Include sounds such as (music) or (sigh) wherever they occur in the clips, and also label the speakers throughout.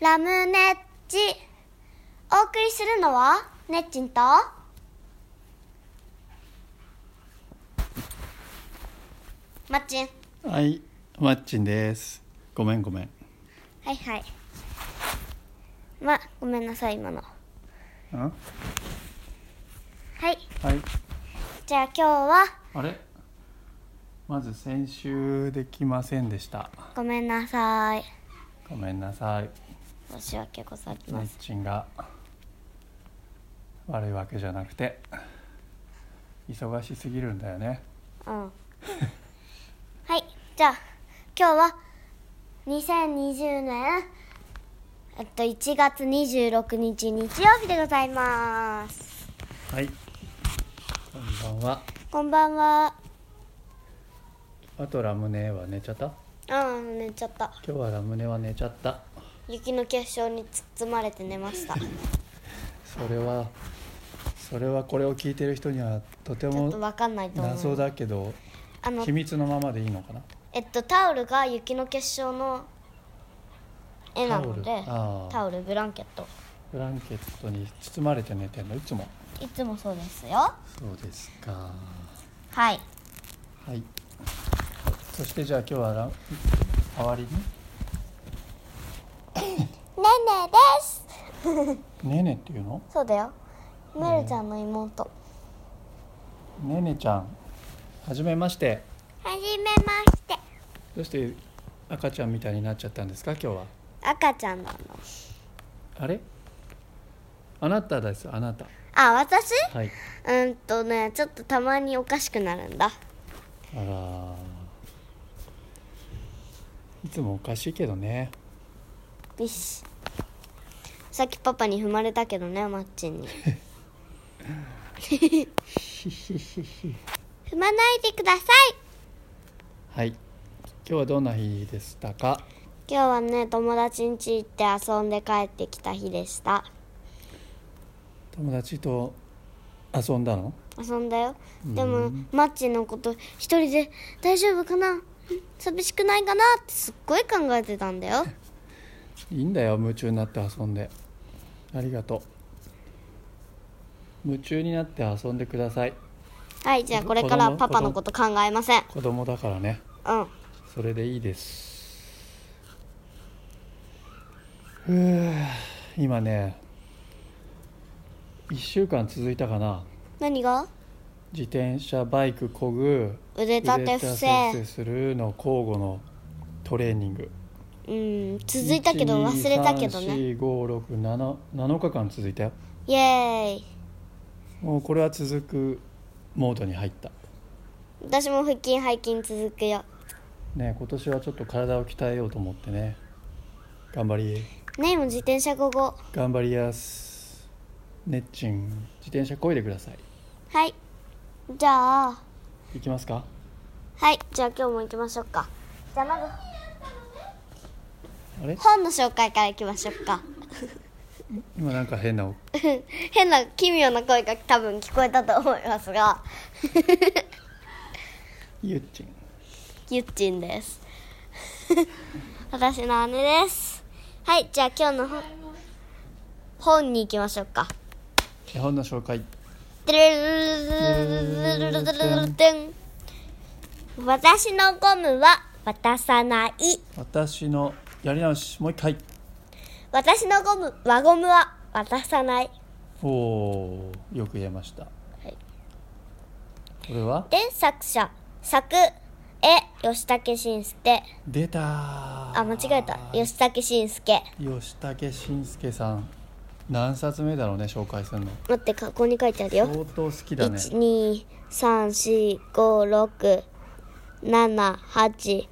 Speaker 1: ラムネッチお送りするのはねっちんとまっちん
Speaker 2: はい、マッチンです。ごめんごめん。
Speaker 1: はいはいまごめんなさい今の
Speaker 2: んは
Speaker 1: はい
Speaker 2: い。
Speaker 1: じゃあ今日は
Speaker 2: あれまず先週できませんでした。
Speaker 1: ごめんなさい
Speaker 2: ごめんなさい。
Speaker 1: 申し訳ござい
Speaker 2: マ
Speaker 1: ま
Speaker 2: ッ
Speaker 1: せん
Speaker 2: チンが悪いわけじゃなくて忙しすぎるんだよね。
Speaker 1: うん。はい、じゃあ今日は2020年えっと1月26日日曜日でございます。
Speaker 2: はい。こんばんは。
Speaker 1: こんばんは。
Speaker 2: あとラムネは寝ちゃった
Speaker 1: うん、寝ちゃった。
Speaker 2: 今日はラムネは寝ちゃった。
Speaker 1: 雪の結晶に包まれて寝ました。ち
Speaker 2: それはそれはこれを聞いてる人にはとて
Speaker 1: ょっと
Speaker 2: も
Speaker 1: わかんないと思
Speaker 2: 謎
Speaker 1: う。
Speaker 2: だけど
Speaker 1: あの
Speaker 2: 秘、密のままでいいのかな
Speaker 1: えっとタオルが雪の結晶の絵なので、
Speaker 2: ああ
Speaker 1: タオルブランケット。
Speaker 2: ブランケットに包まれて寝てんのいつも
Speaker 1: いつもそうですよ。
Speaker 2: そうですか
Speaker 1: はい。
Speaker 2: はいそしてじゃあ今日はラ代わり
Speaker 1: ねねです。
Speaker 2: にねねっていうの
Speaker 1: そうだよ。メルちゃんの妹。
Speaker 2: ねねちゃんはじめまして
Speaker 1: はじめまして
Speaker 2: どうして赤ちゃんみたいになっちゃったんですか今日は
Speaker 1: 赤ちゃんなの
Speaker 2: あれあなたですあなた
Speaker 1: あ私
Speaker 2: はい
Speaker 1: うんとねちょっとたまにおかしくなるんだ
Speaker 2: あらーいつもおかしいけど (laughs) ね
Speaker 1: よしさっきパパに踏まれたけどねマッチンに踏まないでください
Speaker 2: はい今日はどんな日でしたか
Speaker 1: 今日はね友達ん家行って遊んで帰ってきた日でした
Speaker 2: 友達と遊んだの
Speaker 1: 遊んだよでもマッチンのこと一人で大丈夫かな寂しくないかなってすっごい考えてたんだよ
Speaker 2: いいんだよ夢中になって遊んでありがとう夢中になって遊んでください
Speaker 1: はいじゃあこれからはパパのこと考えません
Speaker 2: 子供だからね
Speaker 1: うん
Speaker 2: それでいいですふう今ね1週間続いたかな
Speaker 1: 何が
Speaker 2: 自転車バイクこぐ
Speaker 1: 腕立て伏
Speaker 2: 腕立
Speaker 1: せ
Speaker 2: てするの交互のトレーニング
Speaker 1: うん続いたけど忘れたけどね
Speaker 2: 45677日間続いたよ
Speaker 1: イエーイ
Speaker 2: もうこれは続くモードに入った
Speaker 1: 私も腹筋背筋続くよ
Speaker 2: ね今年はちょっと体を鍛えようと思ってね頑張り
Speaker 1: ねえも自転車こご
Speaker 2: 頑張りやすねっちん自転車こいでください
Speaker 1: はいじゃあ
Speaker 2: 行きますか
Speaker 1: はいじゃあ今日も行きましょうかじゃあまず
Speaker 2: あれ
Speaker 1: 本の紹介から行きましょうか (laughs)
Speaker 2: 今なんか変な
Speaker 1: 変な奇妙な声が多分聞こえたと思いますが (laughs)
Speaker 2: ゆっちん
Speaker 1: ゆっちんです (laughs) 私の姉ですはいじゃあ今日の本本に行きましょうか
Speaker 2: 絵本の紹介
Speaker 1: 私のゴムは渡さない
Speaker 2: 私のやり直しもう一回
Speaker 1: 私のゴム輪ゴムは渡さない
Speaker 2: おおーよく言えました、
Speaker 1: い
Speaker 2: これは
Speaker 1: で作者作絵吉武慎介
Speaker 2: 出た
Speaker 1: あ間違えた吉武慎介
Speaker 2: 吉武慎介さん何冊目だろうね紹介するの
Speaker 1: 待ってここに書いてあるよ
Speaker 2: 相当好きだね
Speaker 1: 1 2 3 4 5 6 7 8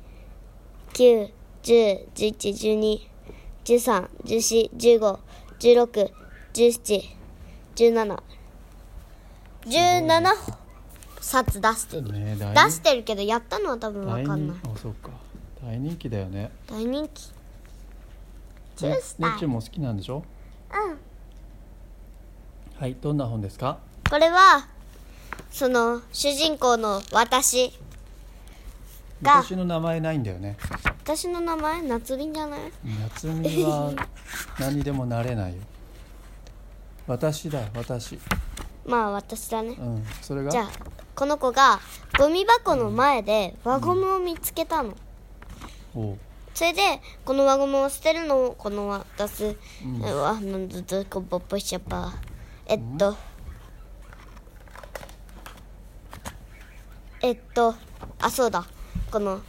Speaker 1: 9 1 0 1 1 1 2 1 3 1 4 1 5 1 6 1 7 1 7 17冊出してる
Speaker 2: ね大
Speaker 1: 出してるけどやったのは多分わ
Speaker 2: 大
Speaker 1: かん
Speaker 2: 人
Speaker 1: ない
Speaker 2: あそうか大人気だよね
Speaker 1: 大人気ジュ
Speaker 2: ね
Speaker 1: ースだ
Speaker 2: ねっちも好きなんでしょ
Speaker 1: うん
Speaker 2: はいどんな本ですか
Speaker 1: これはその主人公の私が
Speaker 2: 私の名前ないんだよね
Speaker 1: 私の名前夏凛じゃない (laughs)
Speaker 2: 夏美は何にでもなれないよ私だ私
Speaker 1: まあ私だね
Speaker 2: うんそれが
Speaker 1: じゃあこの子がゴミ箱の前で輪ゴムを見つけたの
Speaker 2: おう
Speaker 1: それでこの輪ゴムを捨てるのをこの私
Speaker 2: うん
Speaker 1: はなんだどこぼぼしゃばえっとえっとあそうだこの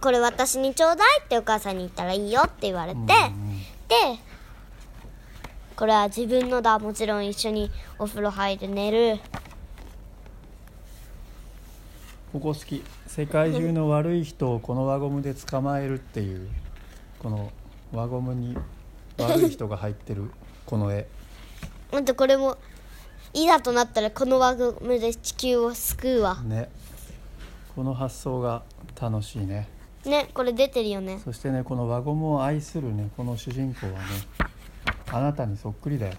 Speaker 1: これ私にちょうだいってお母さんに言ったらいいよって言われて、
Speaker 2: うん
Speaker 1: でこれは自分のだもちろん一緒にお風呂入る寝る
Speaker 2: ここ好き世界中の悪い人をこの輪ゴムで捕まえるっていうこの輪ゴムに悪い人が入ってる (laughs) この絵
Speaker 1: 待ってこれもいざとなったらこの輪ゴムで地球を救うわ
Speaker 2: ねこの発想が楽しいね
Speaker 1: ねこれ出てるよね
Speaker 2: そしてねこの輪ゴムを愛するねこの主人公はねあなたにそっくりだよ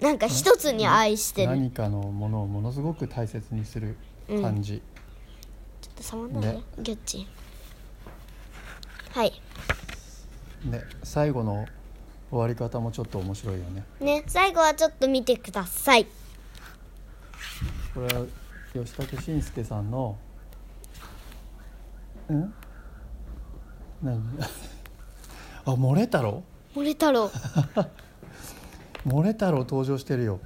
Speaker 1: なんか一つに愛してる
Speaker 2: 何かのものをものすごく大切にする感じ、
Speaker 1: 触んないで
Speaker 2: ね
Speaker 1: ギョッチンはい
Speaker 2: ね最後の終わり方もちょっと面白いよね
Speaker 1: ね最後はちょっと見てください
Speaker 2: これは吉武慎介さんのうん何 (laughs) あ漏れ太郎
Speaker 1: 森太
Speaker 2: (laughs)
Speaker 1: 郎
Speaker 2: 漏れ太郎登場してるよ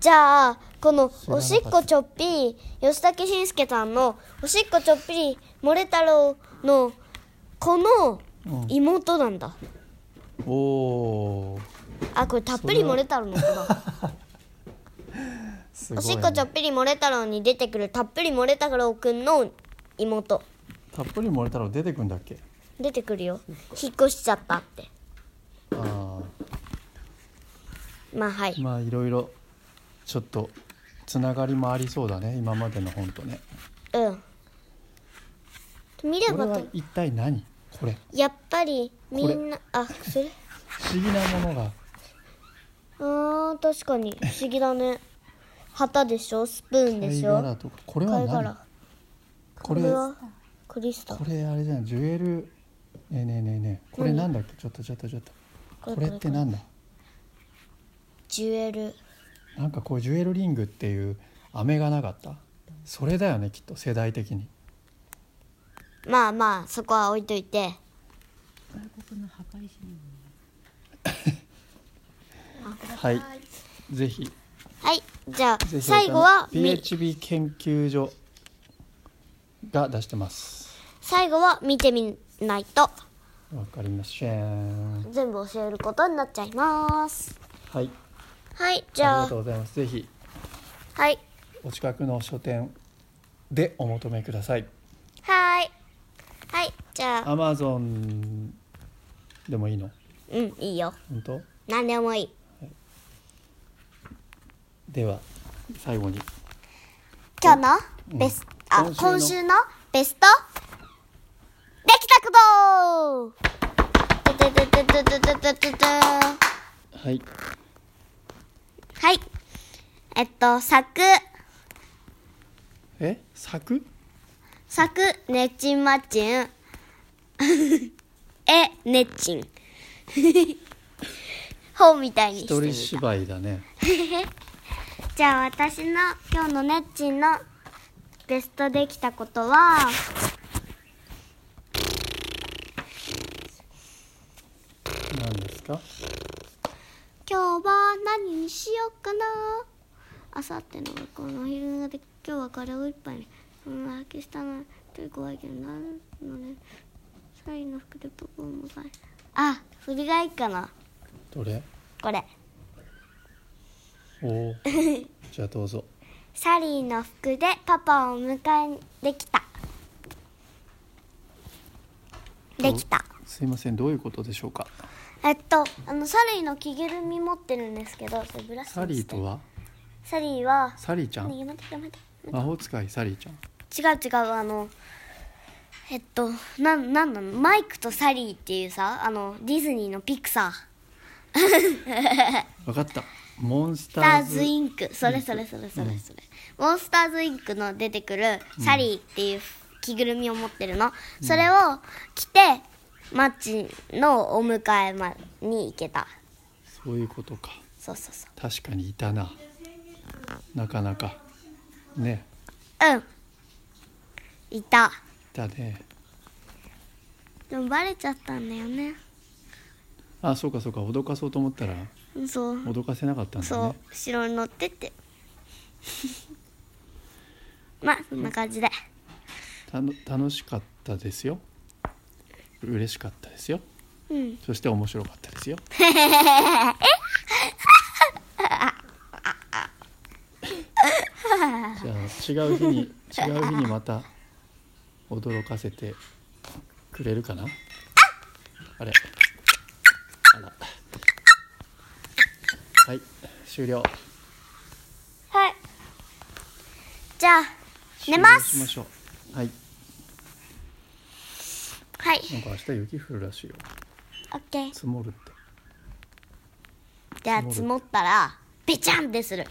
Speaker 1: じゃあこの
Speaker 2: らなかった
Speaker 1: おしっこちょっぴり吉武慎介さんのおしっこちょっぴり森太郎のこの
Speaker 2: うん
Speaker 1: 妹なんだ、
Speaker 2: おおー
Speaker 1: あこれたっぷり森太郎の子だ
Speaker 2: すご
Speaker 1: お
Speaker 2: い、
Speaker 1: し
Speaker 2: ね、
Speaker 1: っこちょっぴり森太郎に出てくるたっぷり森太郎くんの妹
Speaker 2: たっぷり漏れ太郎出てくんだっけ
Speaker 1: 出てくるよ引っ越しちゃったって
Speaker 2: あ
Speaker 1: まあはい
Speaker 2: あまあいろいろちょっとつながりもありそうだね今までの本とね
Speaker 1: うん見れ
Speaker 2: これ
Speaker 1: ば
Speaker 2: は
Speaker 1: と
Speaker 2: 一体何これ
Speaker 1: やっぱりみんなあそれ
Speaker 2: 不思議なものが
Speaker 1: あー確かに不思議だね旗でしょスプーンで
Speaker 2: 貝
Speaker 1: しょ
Speaker 2: 殻とかこれは
Speaker 1: 貝
Speaker 2: 何
Speaker 1: 殻
Speaker 2: こ
Speaker 1: こ
Speaker 2: れ
Speaker 1: れはクリスタ
Speaker 2: これあれじゃんジュエルねえねえねえねえこれなんだっけちょっとちょっとちょっと
Speaker 1: これ
Speaker 2: これってなんだ
Speaker 1: ジュエル
Speaker 2: なんかこうジュエルリングっていう飴がなかったそれだよねきっと世代的に
Speaker 1: まあまあそこは置いといて
Speaker 2: はいぜひ
Speaker 1: はいじゃ
Speaker 2: ぜ
Speaker 1: あ
Speaker 2: ひ
Speaker 1: 最後はみ
Speaker 2: PHB 研究所が出してます
Speaker 1: 最後は見てみないと
Speaker 2: わかりません
Speaker 1: 全部教えることになっちゃいます
Speaker 2: はい
Speaker 1: はいじ
Speaker 2: あり
Speaker 1: ゃ
Speaker 2: が
Speaker 1: あ
Speaker 2: とうございますぜひ
Speaker 1: はい
Speaker 2: お近くの書店でお求めください
Speaker 1: はいはいじゃあ
Speaker 2: Amazon でもいいの
Speaker 1: うんいいよ
Speaker 2: 本当
Speaker 1: 何でもいい
Speaker 2: では最後に
Speaker 1: 今日のベスト、
Speaker 2: うん
Speaker 1: あ
Speaker 2: 今
Speaker 1: 今
Speaker 2: 週
Speaker 1: 週のベストできたことててててててててては
Speaker 2: はい
Speaker 1: いえっと作
Speaker 2: え作
Speaker 1: 作ねっちんまっちん (laughs) えねっちん (laughs) 本みたいにして
Speaker 2: 一人
Speaker 1: み
Speaker 2: 芝居だね
Speaker 1: たじゃあ私の今日のねっちんのベストできたことは
Speaker 2: 何ですか
Speaker 1: 今日は何にしようかなあさっての学校のお昼寝で今日はカレーを一杯にうん明日のという怖いけどなるのねサインの服でポポもさあそれがいいかな
Speaker 2: どれ
Speaker 1: これ
Speaker 2: おー (laughs) じゃあどうぞ
Speaker 1: サリーの服でパパを迎えできたできた
Speaker 2: すいませんどういうことでしょうか
Speaker 1: えっとあのサリーの着ぐるみ持ってるんですけどそれブラス
Speaker 2: サリーとは
Speaker 1: サリーは
Speaker 2: サリーちゃ
Speaker 1: ね
Speaker 2: ん
Speaker 1: やめてやめて
Speaker 2: 魔法使いサリーちゃん
Speaker 1: 違う違うあのえっとなんなんなのマイクとサリーっていうさあのディズニーのピクサ
Speaker 2: わかったモンス
Speaker 1: ー
Speaker 2: タ
Speaker 1: スター
Speaker 2: ーズ
Speaker 1: ズインクそれそれそれそれそれ、モンスターズインクの出てくるサリーっていう着ぐるみを持ってるの、それを着て町のお迎えまに行けた
Speaker 2: そういうことか
Speaker 1: そうそうそ
Speaker 2: 確かにいたななかなかね
Speaker 1: ううんいた
Speaker 2: いたね
Speaker 1: でもバレちゃったんだよね
Speaker 2: あそうかそうか脅かそうと思ったら
Speaker 1: そう
Speaker 2: 脅かせなかったんだ
Speaker 1: そう
Speaker 2: ね
Speaker 1: 後ろに乗ってって (laughs) まあそんな感じで
Speaker 2: たの楽しかったですよ嬉しかったですよ
Speaker 1: うん
Speaker 2: そして面白かっ
Speaker 1: (laughs)
Speaker 2: たですよじゃあ違う日に違う日にまた驚かせてくれるかなあれあらはい終了
Speaker 1: はいじゃあ寝ます
Speaker 2: 終了しましょうはい
Speaker 1: はい
Speaker 2: なんか明日雪降るらしいよ
Speaker 1: オッケー
Speaker 2: 積もるって
Speaker 1: じゃあ積
Speaker 2: 積
Speaker 1: もったらべちゃんでする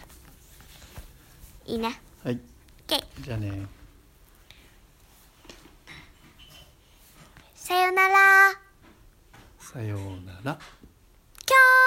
Speaker 1: いいね
Speaker 2: はい
Speaker 1: オッケー
Speaker 2: じゃあね
Speaker 1: さよなら
Speaker 2: さようなら
Speaker 1: きょー